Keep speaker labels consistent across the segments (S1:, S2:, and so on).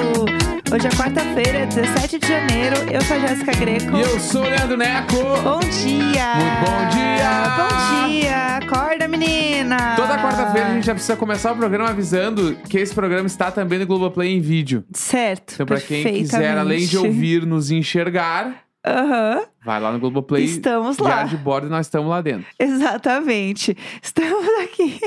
S1: um Hoje é quarta-feira, 17 de janeiro. Eu sou a Jéssica Greco.
S2: E eu sou o Leandro Neco.
S1: Bom dia!
S2: Muito bom dia!
S1: Bom dia! Acorda, menina!
S2: Toda quarta-feira a gente já precisa começar o programa avisando que esse programa está também no Globoplay em vídeo.
S1: Certo,
S2: Então, pra quem quiser, além de
S1: perfeitamente.
S2: ouvir, nos enxergar,
S1: Aham,
S2: vai lá no Globoplay.
S1: Estamos lá.
S2: Diário de bordo e nós estamos lá dentro.
S1: exatamente. Estamos aqui.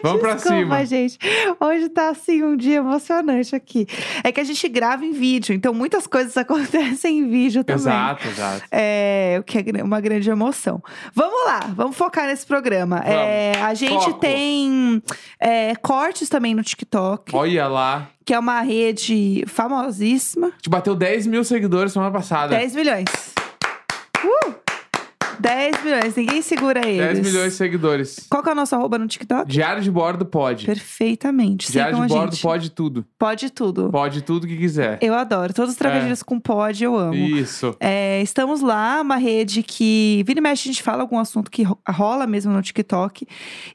S2: Vamos pra
S1: Desculpa,
S2: cima.
S1: gente. Hoje tá assim um dia emocionante aqui. É que a gente grava em vídeo, então muitas coisas acontecem em vídeo também.
S2: Exato, exato.
S1: É, o que é gra- uma grande emoção. Vamos lá, vamos focar nesse programa.
S2: Vamos.
S1: É, a gente
S2: Foco.
S1: tem é, cortes também no TikTok,
S2: Olha lá.
S1: que é uma rede famosíssima.
S2: Te bateu 10 mil seguidores semana passada.
S1: 10 milhões. Uh! 10 milhões, ninguém segura eles.
S2: 10 milhões de seguidores.
S1: Qual que é o nosso arroba no TikTok?
S2: Diário de bordo pode.
S1: Perfeitamente.
S2: Diário
S1: Sigam
S2: de
S1: a
S2: bordo
S1: gente.
S2: pode tudo.
S1: Pode tudo.
S2: Pode tudo que quiser.
S1: Eu adoro. Todos os
S2: É.
S1: trocadilhos com pod, eu amo.
S2: Isso.
S1: É, estamos lá, uma rede que vira e mexe, a gente fala algum assunto que ro- rola mesmo no TikTok.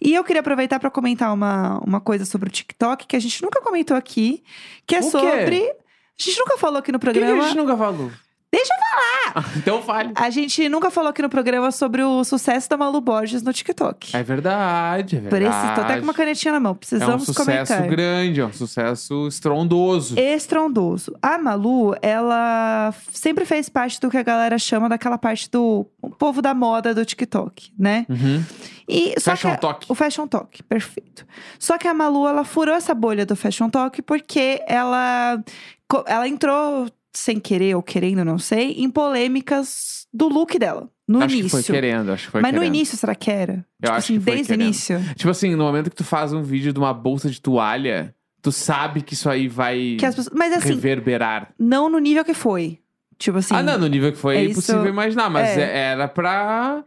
S1: E eu queria aproveitar para comentar uma, uma coisa sobre o TikTok que a gente nunca comentou aqui, que é
S2: O quê?
S1: sobre. A gente nunca falou aqui no
S2: Por que, que a
S1: programa.
S2: gente nunca falou?
S1: Deixa
S2: eu
S1: Ah,
S2: falar! então fale.
S1: a gente nunca falou aqui no programa sobre o sucesso da Malu Borges no TikTok.
S2: É verdade, é
S1: Por
S2: verdade.
S1: isso, tô até com uma canetinha na mão.
S2: É um
S1: Precisamos
S2: sucesso
S1: comentar. É,
S2: grande, é um sucesso estrondoso.
S1: Estrondoso. A Malu, ela f- sempre fez parte do que a galera chama daquela parte do o povo da moda do TikTok, né?
S2: Uhum. um
S1: E só que
S2: Fashion
S1: a-
S2: Talk.
S1: O Fashion Talk, perfeito. Só que a Malu, ela furou essa bolha do Fashion Talk porque ela, co- ela entrou, sem querer ou querendo, não sei, em polêmicas do look dela, no
S2: acho
S1: início.
S2: que foi querendo, acho que foi
S1: Mas
S2: querendo.
S1: no início, será que era?
S2: Eu
S1: tipo
S2: acho
S1: assim,
S2: que foi
S1: desde
S2: querendo.
S1: o início.
S2: Tipo assim, no momento que tu faz um vídeo de uma bolsa de toalha, tu sabe que isso aí vai
S1: Que as pessoas... Mas assim,
S2: reverberar.
S1: não no nível que foi. Tipo assim.
S2: Ah, não, no nível que foi
S1: É
S2: é
S1: isso-
S2: impossível imaginar, mas
S1: é.
S2: é- era pra.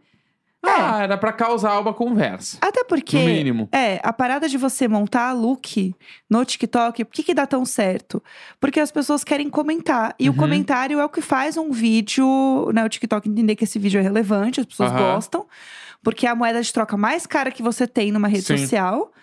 S1: É. Ah,
S2: Ah, era pra causar uma conversa.
S1: Até porque.
S2: No mínimo.
S1: É, a parada de você montar look no TikTok, por que, que dá tão certo? Porque as pessoas querem comentar. E o
S2: Uhum.
S1: comentário é o que faz um vídeo, né? O TikTok entender que esse vídeo é relevante, as pessoas
S2: Aham.
S1: gostam. Porque é a moeda de troca mais cara que você tem numa rede
S2: Sim.
S1: social.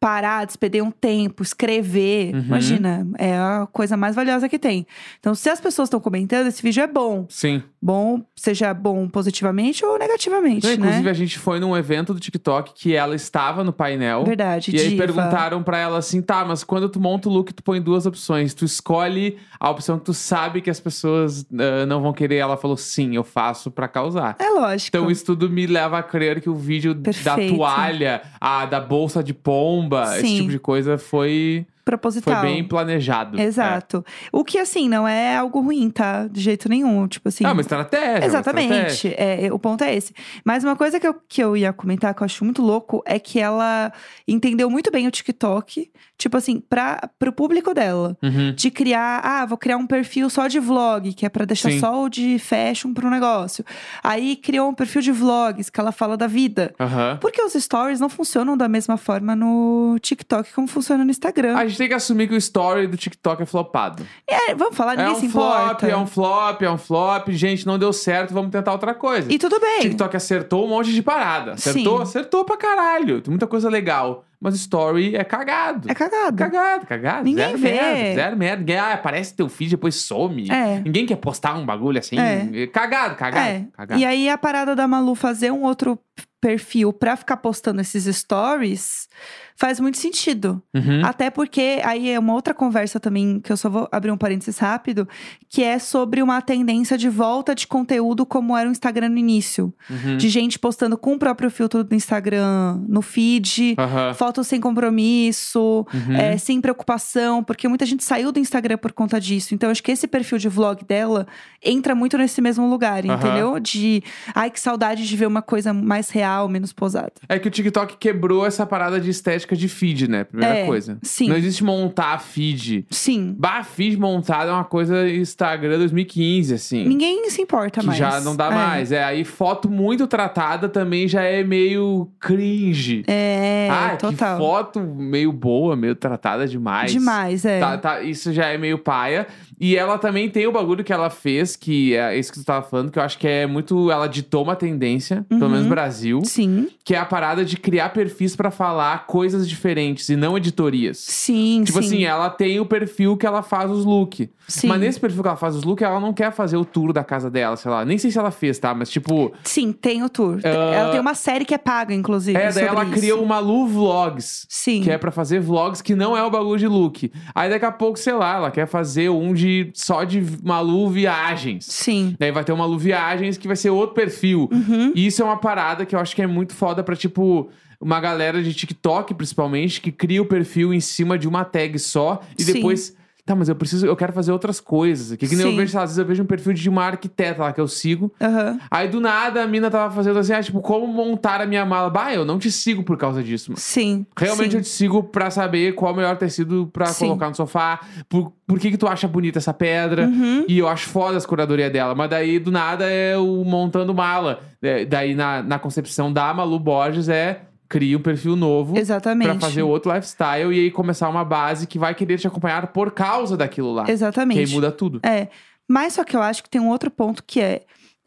S1: Parar, despender um tempo, escrever.
S2: Uhum.
S1: Imagina, é a coisa mais valiosa que tem. Então, se as pessoas estão comentando, esse vídeo é bom.
S2: Sim.
S1: Bom, seja bom positivamente ou negativamente,
S2: Não,
S1: né?
S2: inclusive, é a gente foi num evento do TikTok que ela estava no painel.
S1: Verdade,
S2: E aí
S1: diva.
S2: perguntaram pra ela assim, tá, mas quando tu monta o look, tu põe duas opções. Tu escolhe a opção que tu sabe que as pessoas ah, não vão querer. Ela falou, sim, eu faço pra causar.
S1: É lógico.
S2: Então isso tudo me leva a crer que o vídeo
S1: Perfeito.
S2: da toalha, a da bolsa de pomba,
S1: Sim.
S2: esse tipo de coisa foi, foi
S1: proposital.
S2: bem é. planejado.
S1: Exato. O que, assim, não é algo ruim, tá? De jeito nenhum. Tipo assim.
S2: É. É uma estratégia. é uma estratégia.
S1: Exatamente. É, o ponto é esse. Mas uma coisa que eu, que eu ia comentar, que eu acho muito louco, é que ela entendeu muito bem o TikTok, tipo assim, pra, pro público dela.
S2: Uhum.
S1: De criar, ah, vou criar um perfil só de vlog, que é pra deixar
S2: Sim.
S1: só o de fashion pro negócio. Aí criou um perfil de vlogs, que ela fala da vida.
S2: Aham.
S1: Porque os stories não funcionam da mesma forma no TikTok como funciona no Instagram.
S2: A gente tem que assumir que o story do TikTok é flopado.
S1: É, vamos falar,
S2: é
S1: ninguém
S2: um
S1: se
S2: flop,
S1: importa.
S2: é um flop, é um flop. Gente, não deu certo, vamos tentar outra coisa.
S1: E tudo bem.
S2: TikTok acertou um monte de parada. Acertou?
S1: Sim.
S2: Acertou pra caralho. Tem muita coisa legal. Mas story é cagado.
S1: É cagado.
S2: Cagado, cagado.
S1: Ninguém
S2: zero
S1: vê.
S2: merda, zero merda. Ninguém- Ah, aparece teu feed, depois some.
S1: É.
S2: Ninguém quer postar um bagulho assim.
S1: É.
S2: Cagado, cagado.
S1: É.
S2: cagado.
S1: E aí a parada da Malu fazer um outro perfil pra ficar postando esses stories faz muito sentido.
S2: Uhum.
S1: Até porque aí é uma outra conversa também que eu só vou abrir um parênteses rápido, que é sobre uma tendência de volta de conteúdo como era o Instagram no início,
S2: Uhum.
S1: de gente postando com o próprio filtro do Instagram no feed,
S2: Aham.
S1: fotos sem compromisso,
S2: Uhum.
S1: é, sem preocupação, porque muita gente saiu do Instagram por conta disso. Então, acho que esse perfil de vlog dela entra muito nesse mesmo lugar,
S2: Aham.
S1: entendeu? De ai, que saudade de ver uma coisa mais real, menos posada.
S2: É que o TikTok quebrou essa parada de estética de feed, né? Primeira
S1: É,
S2: coisa.
S1: sim.
S2: Não existe montar feed.
S1: Sim.
S2: Bah, feed montado é uma coisa Instagram 2015, assim.
S1: Ninguém se importa
S2: que
S1: mais.
S2: já não dá
S1: É.
S2: mais. É, aí foto muito tratada também já é meio cringe.
S1: É,
S2: ah,
S1: total.
S2: que foto meio boa, meio tratada demais.
S1: Demais, é.
S2: Tá, tá, isso já é meio paia. E ela também tem o bagulho que ela fez, que é isso que tu tava falando, que eu acho que é muito. Ela ditou uma tendência,
S1: Uhum.
S2: pelo menos Brasil,
S1: Sim,
S2: que é a parada de criar perfis pra falar coisas diferentes e não editorias.
S1: sim,
S2: Tipo
S1: sim.
S2: assim, ela tem o perfil que ela faz os look.
S1: sim.
S2: Mas nesse perfil que ela faz os look, ela não quer fazer o tour da casa dela, sei lá. Nem sei se ela fez, tá? Mas tipo,
S1: Sim, tem o tour. Ela tem uma série que é paga, inclusive.
S2: Ah. é, daí
S1: sobre
S2: ela
S1: isso.
S2: cria o Malu Vlogs.
S1: Sim.
S2: Que é pra fazer vlogs que não é o bagulho de look. Aí daqui a pouco, sei lá, ela quer fazer um de só de Malu Viagens.
S1: Sim.
S2: Daí vai ter uma Malu Viagens que vai ser outro perfil.
S1: Uhum.
S2: E isso é uma parada que eu acho que é muito foda pra, tipo, uma galera de TikTok, principalmente, que cria o perfil em cima de uma tag só e
S1: Sim.
S2: depois. Tá, mas eu preciso, eu quero fazer outras coisas. Que, que nem eu
S1: Sim.
S2: vejo, sei lá, às vezes eu vejo um perfil de uma arquiteta lá que eu sigo.
S1: Aham.
S2: Aí do nada a mina tava fazendo assim, ah, tipo, como montar a minha mala? Bah, eu não te sigo por causa disso, mano.
S1: Sim.
S2: Realmente
S1: sim.
S2: eu te sigo pra saber qual o melhor tecido pra
S1: Sim.
S2: colocar no sofá, por, por que que tu acha bonita essa pedra.
S1: Uhum.
S2: E eu acho foda as curadoria dela, mas daí do nada é o montando mala. É, daí na, na concepção da Malu Borges é cria um perfil novo
S1: Exatamente.
S2: pra fazer outro lifestyle e aí começar uma base que vai querer te acompanhar por causa daquilo lá. Que aí
S1: Exatamente.
S2: muda tudo.
S1: É. Mas só que eu acho que tem um outro ponto que é,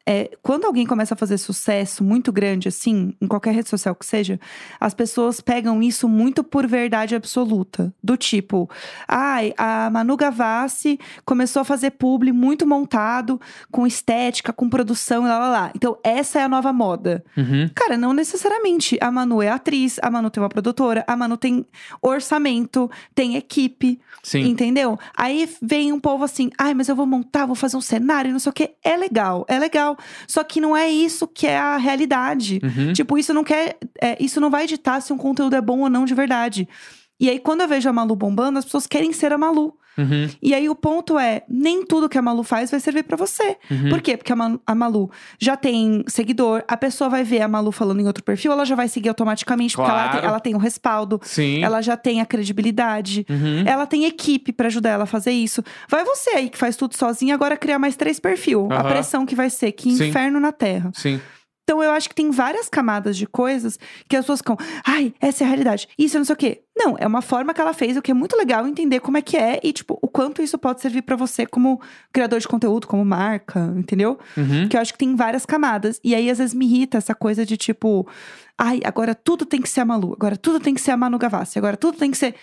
S1: é, Quando alguém começa a fazer sucesso muito grande, assim, em qualquer rede social que seja, as pessoas pegam isso muito por verdade absoluta. Do tipo, ai, a Manu Gavassi começou a fazer publi muito montado, com estética, com produção e lá lá lá. Então, essa é a nova moda.
S2: Uhum.
S1: Cara, não necessariamente. A Manu é atriz, a Manu tem uma produtora, a Manu tem orçamento, tem equipe.
S2: Sim.
S1: Entendeu? Aí vem um povo assim, ai, mas eu vou montar, vou fazer um cenário, não sei o quê. É legal, é legal. Só que não é isso que é a realidade.
S2: Uhum.
S1: Tipo, isso não quer. é, isso não vai ditar se um conteúdo é bom ou não de verdade. E aí, quando eu vejo a Malu bombando, as pessoas querem ser a Malu.
S2: Uhum.
S1: E aí o ponto é, nem tudo que a Malu faz vai servir pra você.
S2: Uhum.
S1: Por quê? Porque a, Ma- a Malu já tem seguidor, a pessoa vai ver a Malu falando em outro perfil, ela já vai seguir automaticamente, porque ela
S2: Claro.
S1: tem, ela tem o respaldo,
S2: Sim.
S1: ela já tem a credibilidade.
S2: Uhum.
S1: Ela tem equipe pra ajudar ela a fazer isso. Vai você aí que faz tudo sozinha agora criar mais três perfil. A
S2: Aham.
S1: pressão que vai ser, que
S2: Sim.
S1: inferno na Terra.
S2: Sim.
S1: Então eu acho que tem várias camadas de coisas que as pessoas ficam, ai, essa é a realidade. Isso é não sei o quê. Não, é uma forma que ela fez, o que é muito legal entender como é que é e tipo o quanto isso pode servir pra você como criador de conteúdo, como marca, entendeu?
S2: Uhum.
S1: Que eu acho que tem várias camadas. E aí, às vezes, me irrita essa coisa de tipo, ai, agora tudo tem que ser a Malu, agora tudo tem que ser a Manu Gavassi, agora tudo tem que ser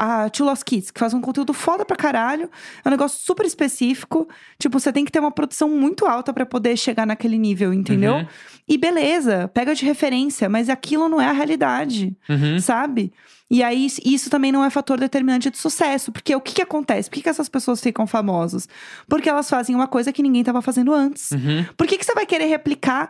S1: a Two Lost Kids, que faz um conteúdo foda pra caralho, é um negócio super específico. Tipo, você tem que ter uma produção muito alta pra poder chegar naquele nível, entendeu?
S2: Uhum.
S1: E beleza, pega de referência, mas aquilo não é a realidade
S2: Uhum.
S1: sabe? E aí, isso- isso também não é fator determinante de sucesso. Porque o que, que acontece? Por que, que essas pessoas ficam famosas? Porque elas fazem uma coisa que ninguém estava fazendo antes.
S2: Uhum.
S1: Por que, que você vai querer replicar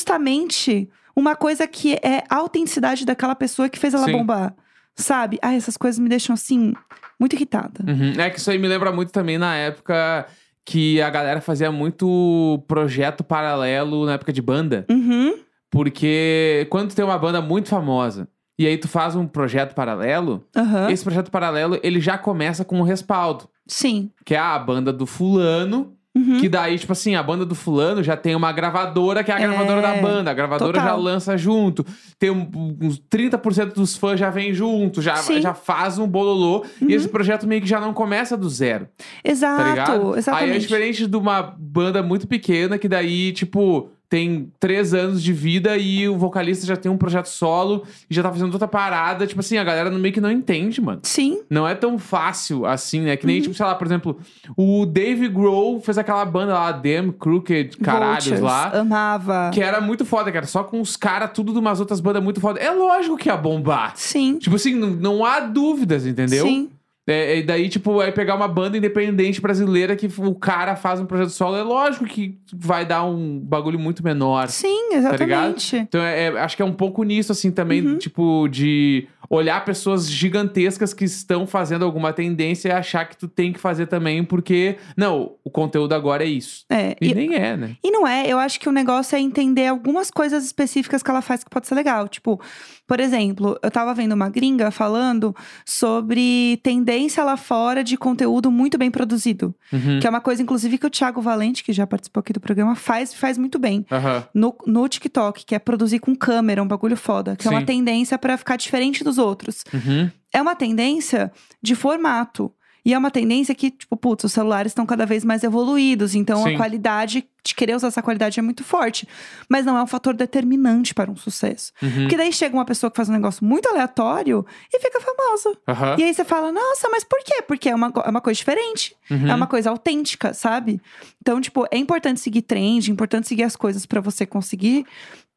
S1: justamente uma coisa que é a autenticidade daquela pessoa que fez ela
S2: Sim.
S1: bombar? Sabe? Ah, essas coisas me deixam assim, muito irritada.
S2: Uhum. É que isso aí me lembra muito também na época que a galera fazia muito projeto paralelo na época de banda.
S1: Uhum,
S2: Porque quando tu tem uma banda muito famosa e aí tu faz um projeto paralelo,
S1: aham.
S2: esse projeto paralelo ele já começa com um respaldo.
S1: Sim.
S2: Que é a banda do fulano,
S1: Uhum.
S2: que daí, tipo assim, a banda do fulano já tem uma gravadora que é a
S1: É,
S2: gravadora da banda. A gravadora
S1: total.
S2: já lança junto. Tem um- uns 30% dos fãs já vem junto, já,
S1: Sim. Uhum.
S2: já faz um bololô. E esse projeto meio que já não começa do zero.
S1: Exato,
S2: tá ligado?
S1: exatamente.
S2: Aí é diferente de uma banda muito pequena que daí, tipo, tem três anos de vida e o vocalista já tem um projeto solo e já tá fazendo outra parada. Tipo assim, a galera no meio que não entende, mano.
S1: Sim,
S2: Não é tão fácil assim, né?
S1: Uhum.
S2: Que nem, tipo, sei lá, por exemplo, o Dave Grohl fez aquela banda lá, Damn Crooked, caralhos
S1: Vultures, Ah.
S2: lá.
S1: Amava.
S2: Que era muito foda, cara. Só com os caras, tudo de umas outras bandas muito foda. É lógico que ia bombar.
S1: Sim.
S2: Tipo assim, não, não há dúvidas, entendeu?
S1: Sim.
S2: É, e daí, tipo, aí pegar uma banda independente brasileira que o cara faz um projeto solo, é lógico que vai dar um bagulho muito menor.
S1: Sim,
S2: Tá ligado?
S1: exatamente.
S2: Então, é, é, acho que é um pouco nisso, assim, também, tipo, de olhar pessoas gigantescas que estão fazendo alguma tendência e achar que tu tem que fazer também, porque, não, o conteúdo agora é isso.
S1: É,
S2: E,
S1: e-
S2: nem é, né?
S1: E não é, eu acho que o negócio é entender algumas coisas específicas que ela faz que pode ser legal. Tipo, por exemplo, eu tava vendo uma gringa falando sobre tendência lá fora de conteúdo muito bem produzido.
S2: Uhum.
S1: Que é uma coisa, inclusive, que o Thiago Valente, que já participou aqui do programa, faz e faz muito bem.
S2: Aham.
S1: No, no TikTok, que é produzir com câmera, um bagulho foda. Que é uma
S2: Sim.
S1: tendência pra ficar diferente dos outros
S2: Uhum.
S1: é uma tendência de formato. E é uma tendência que, tipo, putz, os celulares estão cada vez mais evoluídos, então
S2: Sim.
S1: a qualidade de querer usar essa qualidade é muito forte. Mas não é um fator determinante para um sucesso.
S2: Uhum.
S1: Porque daí chega uma pessoa que faz um negócio muito aleatório e fica famosa.
S2: Aham.
S1: E aí você fala, nossa, mas por quê? Porque é uma, go- é uma coisa diferente.
S2: Uhum.
S1: É uma coisa autêntica, sabe? Então, tipo, é importante seguir trend, é importante seguir as coisas pra você conseguir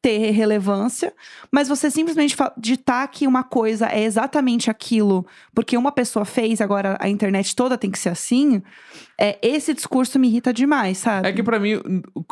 S1: ter relevância, mas você simplesmente fa- ditar que uma coisa é exatamente aquilo porque uma pessoa fez, agora a internet toda tem que ser assim, é, esse discurso me irrita demais, sabe?
S2: É que pra mim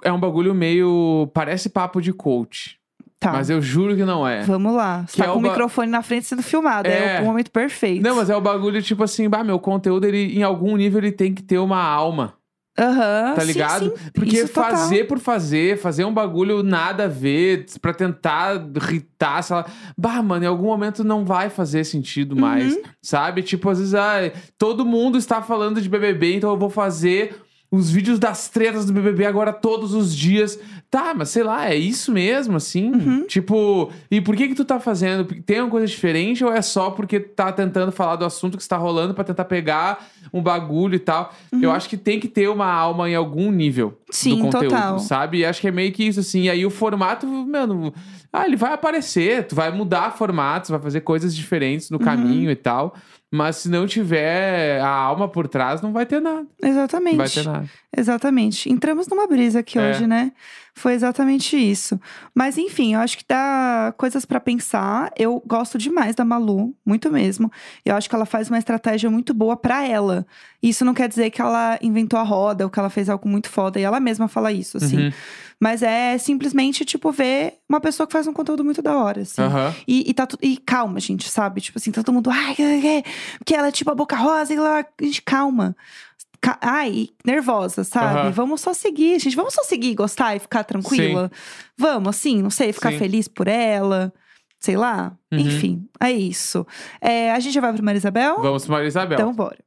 S2: é um bagulho meio. Parece papo de coach.
S1: tá.
S2: Mas eu juro que não é.
S1: Vamos lá. Você
S2: Que
S1: tá
S2: é
S1: com o
S2: uma-
S1: microfone na frente sendo filmado. É,
S2: É.
S1: o momento perfeito.
S2: Não, mas é o bagulho tipo assim, bah, meu conteúdo, ele, em algum nível, ele tem que ter uma alma.
S1: Aham,
S2: Tá
S1: sim,
S2: ligado?
S1: sim.
S2: Porque
S1: Isso total.
S2: fazer por fazer, fazer um bagulho nada a ver, pra tentar irritar, sei lá. Bah, mano, em algum momento não vai fazer sentido
S1: Uhum.
S2: mais, sabe? Tipo, às vezes, ah, todo mundo está falando de BBB, então eu vou fazer os vídeos das tretas do BBB agora todos os dias. Tá, mas sei lá, é isso mesmo, assim?
S1: Uhum.
S2: Tipo, e por que que tu tá fazendo? Tem uma coisa diferente ou é só porque tá tentando falar do assunto que está rolando pra tentar pegar um bagulho e tal?
S1: Uhum.
S2: Eu acho que tem que ter uma alma em algum nível do
S1: Sim,
S2: conteúdo,
S1: total.
S2: sabe? E acho que é meio que isso, assim. E aí o formato, mano, ah, ele vai aparecer, tu vai mudar formatos, vai fazer coisas diferentes no
S1: Uhum.
S2: caminho e tal. Mas se não tiver a alma por trás, não vai ter nada.
S1: Exatamente.
S2: Não vai ter nada.
S1: Exatamente. Entramos numa brisa aqui
S2: É.
S1: hoje, né? Foi exatamente isso. Mas enfim, eu acho que dá coisas pra pensar. Eu gosto demais da Malu, muito mesmo. Eu acho que ela faz uma estratégia muito boa pra ela. Isso não quer dizer que ela inventou a roda ou que ela fez algo muito foda. E ela mesma fala isso, assim.
S2: Uhum.
S1: Mas é simplesmente, tipo, ver uma pessoa que faz um conteúdo muito da hora, assim.
S2: Aham.
S1: E, e tá tu- e calma, gente, sabe? Tipo assim, tá todo mundo. Ai, é, é", porque ela é tipo a boca rosa e lá. Gente, calma. Ca- Ai, nervosa, sabe?
S2: Aham.
S1: Vamos só seguir, gente. Vamos só seguir, gostar e ficar tranquila. Vamos, assim, não sei, ficar
S2: Sim.
S1: feliz por ela. Sei lá.
S2: Uhum.
S1: Enfim, é isso. É, a gente já vai pro Maria Isabel?
S2: Vamos para Maria Isabel.
S1: Então bora.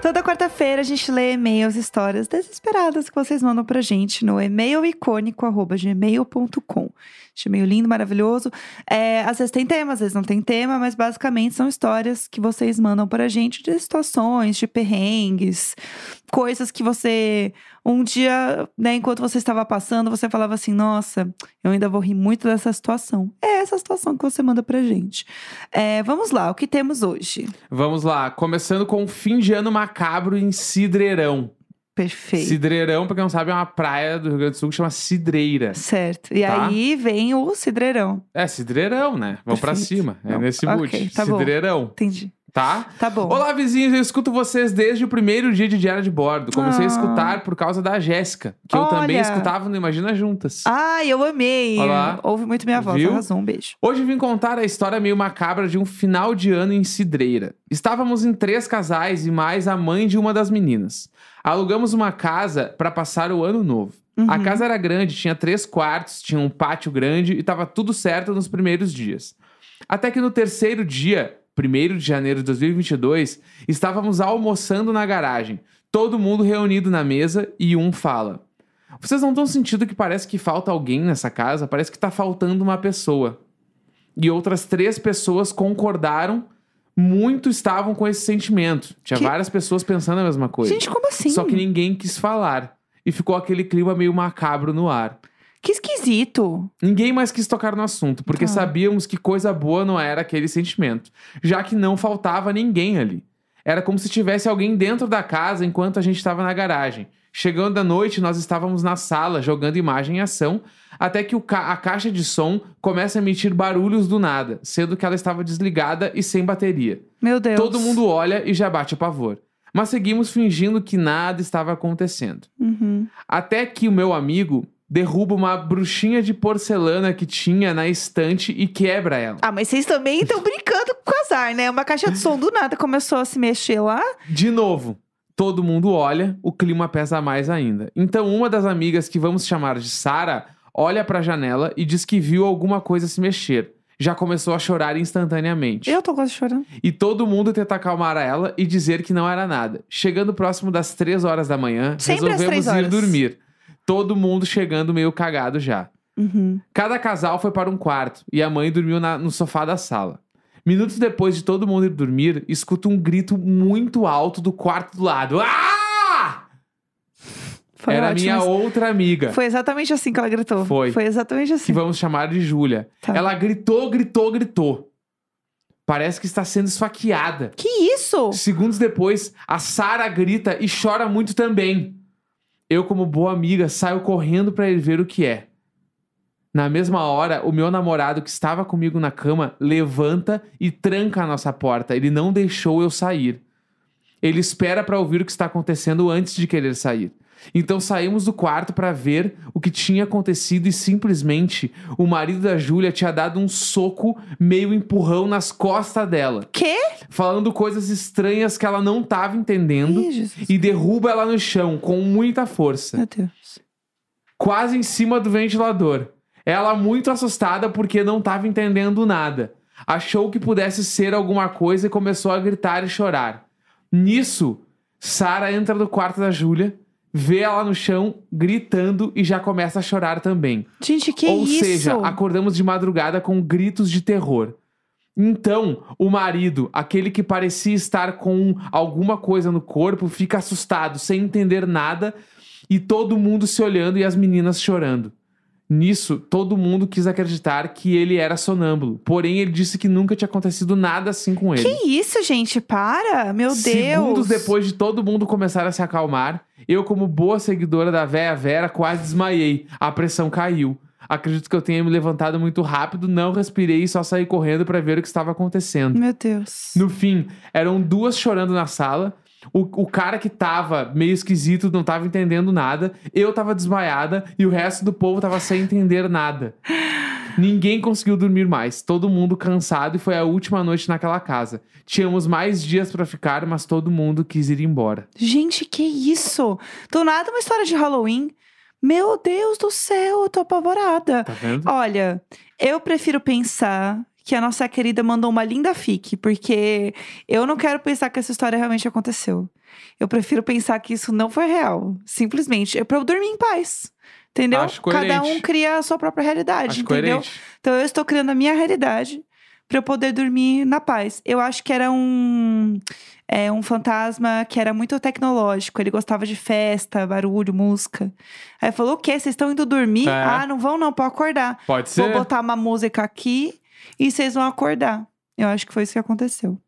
S1: Toda quarta-feira a gente lê e-mails, histórias desesperadas que vocês mandam pra gente no e-mailicônico.gmail.com. Este e-mail lindo, maravilhoso. É, às vezes tem tema, às vezes não tem tema, mas basicamente são histórias que vocês mandam pra gente de situações, de perrengues, coisas que você. Um dia, né, enquanto você estava passando, você falava assim: nossa, eu ainda vou rir muito dessa situação. É essa situação que você manda pra gente. É, vamos lá, o que temos hoje?
S2: Vamos lá. Começando com o fim de ano macabro em Cidreirão.
S1: Perfeito.
S2: Cidreirão, pra quem não sabe, é uma praia do Rio Grande do Sul que chama Cidreira.
S1: Certo. E
S2: Tá.
S1: aí vem o cidreirão.
S2: É, Cidreirão, né? Vamos pra
S1: Perfeito.
S2: cima. É
S1: Não,
S2: nesse
S1: ok,
S2: mood.
S1: tá bom.
S2: Cidreirão,
S1: Entendi.
S2: tá?
S1: Tá bom.
S2: Olá, vizinhos. Eu escuto vocês desde o primeiro dia de Diário de Bordo. Comecei
S1: Ah.
S2: a escutar por causa da Jéssica, que eu também
S1: Olha. Ah.
S2: escutava no Imagina Juntas.
S1: Ai, eu amei.
S2: Olá.
S1: Ouve muito minha voz.
S2: Viu?
S1: Arrasou. Um beijo.
S2: Hoje vim contar a história meio macabra de um final de ano em Cidreira. Estávamos em três casais e mais a mãe de uma das meninas. Alugamos uma casa para passar o ano novo. A
S1: Uhum.
S2: casa era grande, tinha três quartos, tinha um pátio grande e estava tudo certo nos primeiros dias. Até que no terceiro dia, 1 de janeiro de 2022, estávamos almoçando na garagem, todo mundo reunido na mesa e um fala: Vocês não estão sentindo que parece que falta alguém nessa casa? Parece que está faltando uma pessoa. E outras três pessoas concordaram, muito estavam com esse sentimento. Tinha
S1: Que-
S2: várias pessoas pensando a mesma coisa.
S1: Gente, como assim?
S2: Só que ninguém quis falar. E ficou aquele clima meio macabro no ar.
S1: Que esquisito.
S2: Ninguém mais quis tocar no assunto, porque
S1: Tá.
S2: sabíamos que coisa boa não era aquele sentimento, já que não faltava ninguém ali. Era como se tivesse alguém dentro da casa enquanto a gente estava na garagem. Chegando à noite, nós estávamos na sala jogando imagem em ação, até que o ca- a caixa de som começa a emitir barulhos do nada, sendo que ela estava desligada e sem bateria.
S1: Meu Deus.
S2: Todo mundo olha e já bate o pavor. Mas seguimos fingindo que nada estava acontecendo.
S1: Uhum.
S2: Até que o meu amigo derruba uma bruxinha de porcelana que tinha na estante e quebra ela.
S1: Ah, mas vocês também estão brincando com o azar, né? Uma caixa de som do nada começou a se mexer lá.
S2: De novo, todo mundo olha, o clima pesa mais ainda. Então, uma das amigas que vamos chamar de Sara olha pra janela e diz que viu alguma coisa se mexer. Já começou a chorar instantaneamente.
S1: Eu tô quase chorando.
S2: E todo mundo tenta acalmar ela e dizer que não era nada. Chegando próximo das três horas da manhã,
S1: Sempre às três
S2: resolvemos ir
S1: horas.
S2: dormir. Todo mundo chegando meio cagado já.
S1: Uhum.
S2: Cada casal foi para um quarto e a mãe dormiu na- no sofá da sala. Minutos depois de todo mundo ir dormir, escuta um grito muito alto do quarto do lado. Ah!
S1: Foi
S2: Era
S1: ótimo.
S2: minha outra amiga.
S1: Foi exatamente assim que ela gritou.
S2: Foi.
S1: Foi exatamente
S2: que
S1: assim.
S2: vamos chamar de Júlia.
S1: Tá.
S2: Ela gritou, gritou, gritou. Parece que está sendo esfaqueada.
S1: Que isso?
S2: Segundos depois, a Sara grita e chora muito também. Eu, como boa amiga, saio correndo para ir ver o que é. Na mesma hora, o meu namorado que estava comigo na cama levanta e tranca a nossa porta. Ele não deixou eu sair. Ele espera para ouvir o que está acontecendo antes de querer sair. Então saímos do quarto para ver o que tinha acontecido e simplesmente o marido da Júlia tinha dado um soco, meio empurrão nas costas dela
S1: Quê?
S2: falando coisas estranhas que ela não tava entendendo
S1: Ih, Jesus.
S2: e derruba ela no chão com muita força,
S1: Meu Deus.
S2: quase em cima do ventilador. Ela muito assustada porque não tava entendendo nada. Achou que pudesse ser alguma coisa e começou a gritar e chorar. Nisso, Sara entra no quarto da Júlia, vê ela no chão gritando e já começa a chorar também.
S1: Gente, que é
S2: Ou
S1: isso?
S2: seja, acordamos de madrugada com gritos de terror. Então, o marido, aquele que parecia estar com alguma coisa no corpo, fica assustado, sem entender nada, e todo mundo se olhando e as meninas chorando. Nisso, todo mundo quis acreditar que ele era sonâmbulo, porém ele disse que nunca tinha acontecido nada assim com ele.
S1: Que isso, gente? Para! Meu
S2: Segundos
S1: Deus!
S2: depois de todo mundo começar a se acalmar, eu, como boa seguidora da véia Vera, quase desmaiei. A pressão caiu. Acredito que eu tenha me levantado muito rápido, não respirei e só saí correndo pra ver o que estava acontecendo.
S1: Meu Deus.
S2: No fim, eram duas chorando na sala. O, o cara que tava meio esquisito, não tava entendendo nada. Eu tava desmaiada e o resto do povo tava sem entender nada. Ninguém conseguiu dormir mais, todo mundo cansado e foi a última noite naquela casa. Tínhamos mais dias pra ficar, mas todo mundo quis ir embora.
S1: Gente, que isso? Do nada uma história de Halloween. Meu Deus do céu, eu tô apavorada.
S2: Tá vendo?
S1: Olha, eu prefiro pensar que a nossa querida mandou uma linda fic, porque eu não quero pensar que essa história realmente aconteceu. Eu prefiro pensar que isso não foi real. Simplesmente, é pra eu dormir em paz. Entendeu?
S2: Acho
S1: Cada
S2: coerente.
S1: um cria a sua própria realidade,
S2: Acho
S1: entendeu?
S2: coerente.
S1: Então eu estou criando a minha realidade para eu poder dormir na paz. Eu acho que era um é, um fantasma que era muito tecnológico. Ele gostava de festa, barulho, música. Aí falou: o quê? Vocês estão indo dormir?
S2: É.
S1: Ah, não vão não, pode acordar.
S2: Pode ser?
S1: Vou botar uma música aqui e vocês vão acordar. Eu acho que foi isso que aconteceu.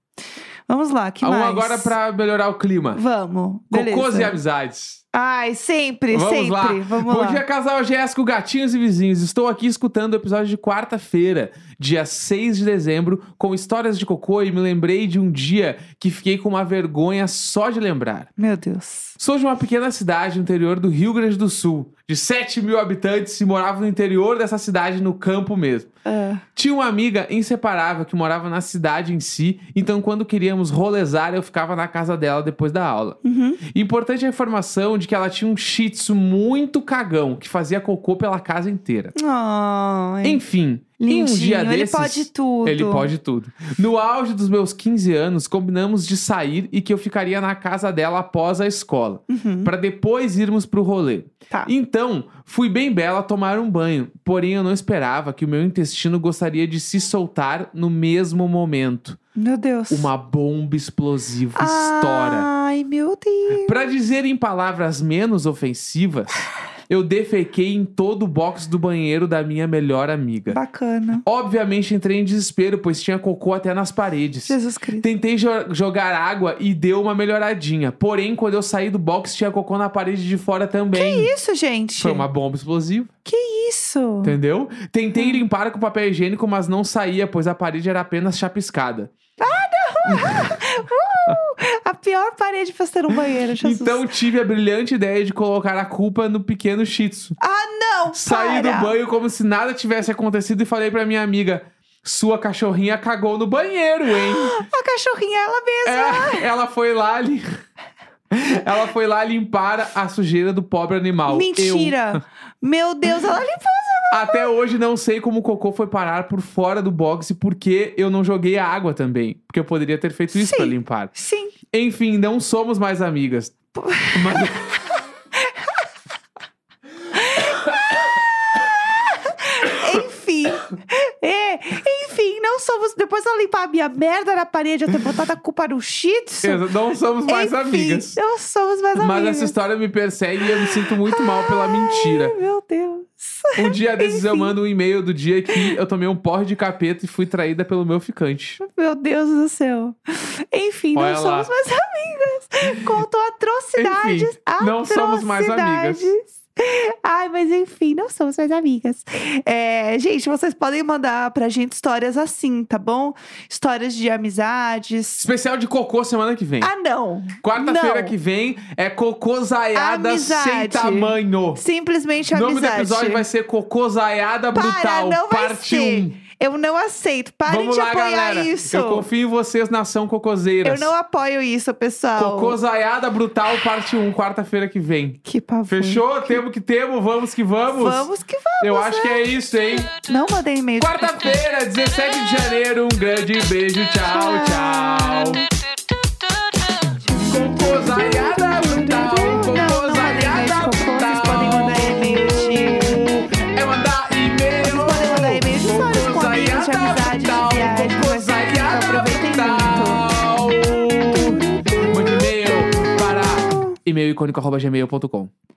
S1: Vamos lá, que
S2: Um
S1: mais?
S2: agora pra melhorar o clima.
S1: Vamos.
S2: Cocôs e
S1: beleza.
S2: amizades.
S1: Ai, sempre,
S2: Vamos
S1: sempre.
S2: lá. é
S1: Vamos
S2: Bom
S1: lá.
S2: dia, casal Jéssico, gatinhos e vizinhos. Estou aqui escutando o episódio de quarta-feira, dia 6 de dezembro, com histórias de cocô e me lembrei de um dia que fiquei com uma vergonha só de lembrar.
S1: Meu Deus.
S2: Sou de uma pequena cidade no interior do Rio Grande do Sul, de 7 mil habitantes e morava no interior dessa cidade, no campo mesmo.
S1: Ah,
S2: Tinha uma amiga inseparável que morava na cidade em si, então quando queríamos rolezar, eu ficava na casa dela depois da aula.
S1: uhum.
S2: Importante a informação de que ela tinha um shih tzu muito cagão, que fazia cocô pela casa inteira.
S1: Ai.
S2: Enfim, em um
S1: Lindinho,
S2: dia
S1: ele
S2: desses...
S1: pode tudo.
S2: Ele pode tudo. No auge dos meus 15 anos, combinamos de sair e que eu ficaria na casa dela após a escola,
S1: Uhum,
S2: pra depois irmos pro rolê.
S1: tá.
S2: Então, fui bem bela tomar um banho, porém eu não esperava que o meu intestino gostaria de se soltar no mesmo momento.
S1: Meu Deus.
S2: Uma bomba
S1: Ah,
S2: explosiva estoura.
S1: Ai, meu Deus.
S2: Pra dizer em palavras menos ofensivas, eu defequei em todo o box do banheiro da minha melhor amiga.
S1: Bacana.
S2: Obviamente entrei em desespero, pois tinha cocô até nas paredes.
S1: Jesus Cristo.
S2: Tentei jo- jogar água e deu uma melhoradinha. Porém, quando eu saí do box, tinha cocô na parede de fora também.
S1: Que isso, gente?
S2: Foi uma bomba explosiva,
S1: Isso.
S2: entendeu?
S1: Hum.
S2: Tentei limpar com papel higiênico, mas não saía, pois a parede era apenas chapiscada.
S1: A pior parede pra ser um banheiro, Jesus.
S2: Então tive a brilhante ideia de colocar a culpa no pequeno shih tzu.
S1: não,
S2: Saí
S1: para.
S2: do banho como se nada tivesse acontecido e falei pra minha amiga: Sua cachorrinha cagou no banheiro, hein?
S1: A cachorrinha, ela mesma.
S2: É, ela foi lá li... Ela foi lá limpar a sujeira do pobre animal.
S1: Mentira. Meu Deus, ela limpou.
S2: Eu, até hoje não sei como o cocô foi parar por fora do box e por que eu não joguei a água também. Porque eu poderia ter feito isso
S1: Sim.
S2: pra limpar.
S1: Sim.
S2: Enfim, não somos mais amigas. Mas-
S1: Enfim. é, enfim, não somos. Depois de eu limpar a minha merda na parede, eu ter botado a culpa no shih tzu.
S2: Não somos mais
S1: Enfim,
S2: amigas.
S1: Não somos mais
S2: Mas
S1: amigas.
S2: essa história me persegue e eu me sinto muito mal pela mentira.
S1: Ai, meu Deus.
S2: Um dia desses eu
S1: Enfim.
S2: mando um e-mail do dia que eu tomei um porre de capeta e fui traída pelo meu ficante.
S1: Meu Deus do céu. Enfim,
S2: Olha
S1: não
S2: lá.
S1: somos mais amigas. Contou atrocidades.
S2: Enfim, não somos mais amigas.
S1: atrocidades. Ai, mas enfim, não somos mais amigas. É, gente, vocês podem mandar pra gente histórias assim, tá bom? Histórias de amizades.
S2: Especial de cocô semana que vem.
S1: Ah, não.
S2: Quarta-feira
S1: não.
S2: que vem é cocôzaiada sem
S1: Amizade.
S2: tamanho.
S1: Simplesmente
S2: O
S1: amizade.
S2: nome do episódio vai ser Cocôzaiada
S1: Para,
S2: Brutal,
S1: não vai
S2: parte
S1: ser.
S2: 1.
S1: Eu não aceito. Parem
S2: Vamos
S1: de
S2: lá,
S1: apoiar
S2: galera.
S1: isso.
S2: Eu confio em vocês, nação
S1: Eu
S2: cocoseiras.
S1: não apoio isso, pessoal.
S2: Cocôzaiada Brutal, parte 1, quarta-feira que vem.
S1: Que pavor.
S2: Fechou? Temos que temos, vamos que vamos.
S1: Uhum. Vamos que vamos. né?
S2: Eu acho que é isso, hein?
S1: Não mandei e-mail.
S2: Quarta-feira, 17 de janeiro. Um grande beijo. Tchau, tchau. Cocôzaiada brutal. Cocôzaiada brutal.
S1: Vocês podem mandar e-mail de-
S2: É mandar e-mail.
S1: podem mandar e-mail de histórias com amigos, de
S2: Cocôzaiada
S1: amizade, de
S2: brutal,
S1: viagem, mas
S2: cocôzaiada
S1: aproveitem
S2: brutal. Mande e-mail para e-mailicônico.gmail.com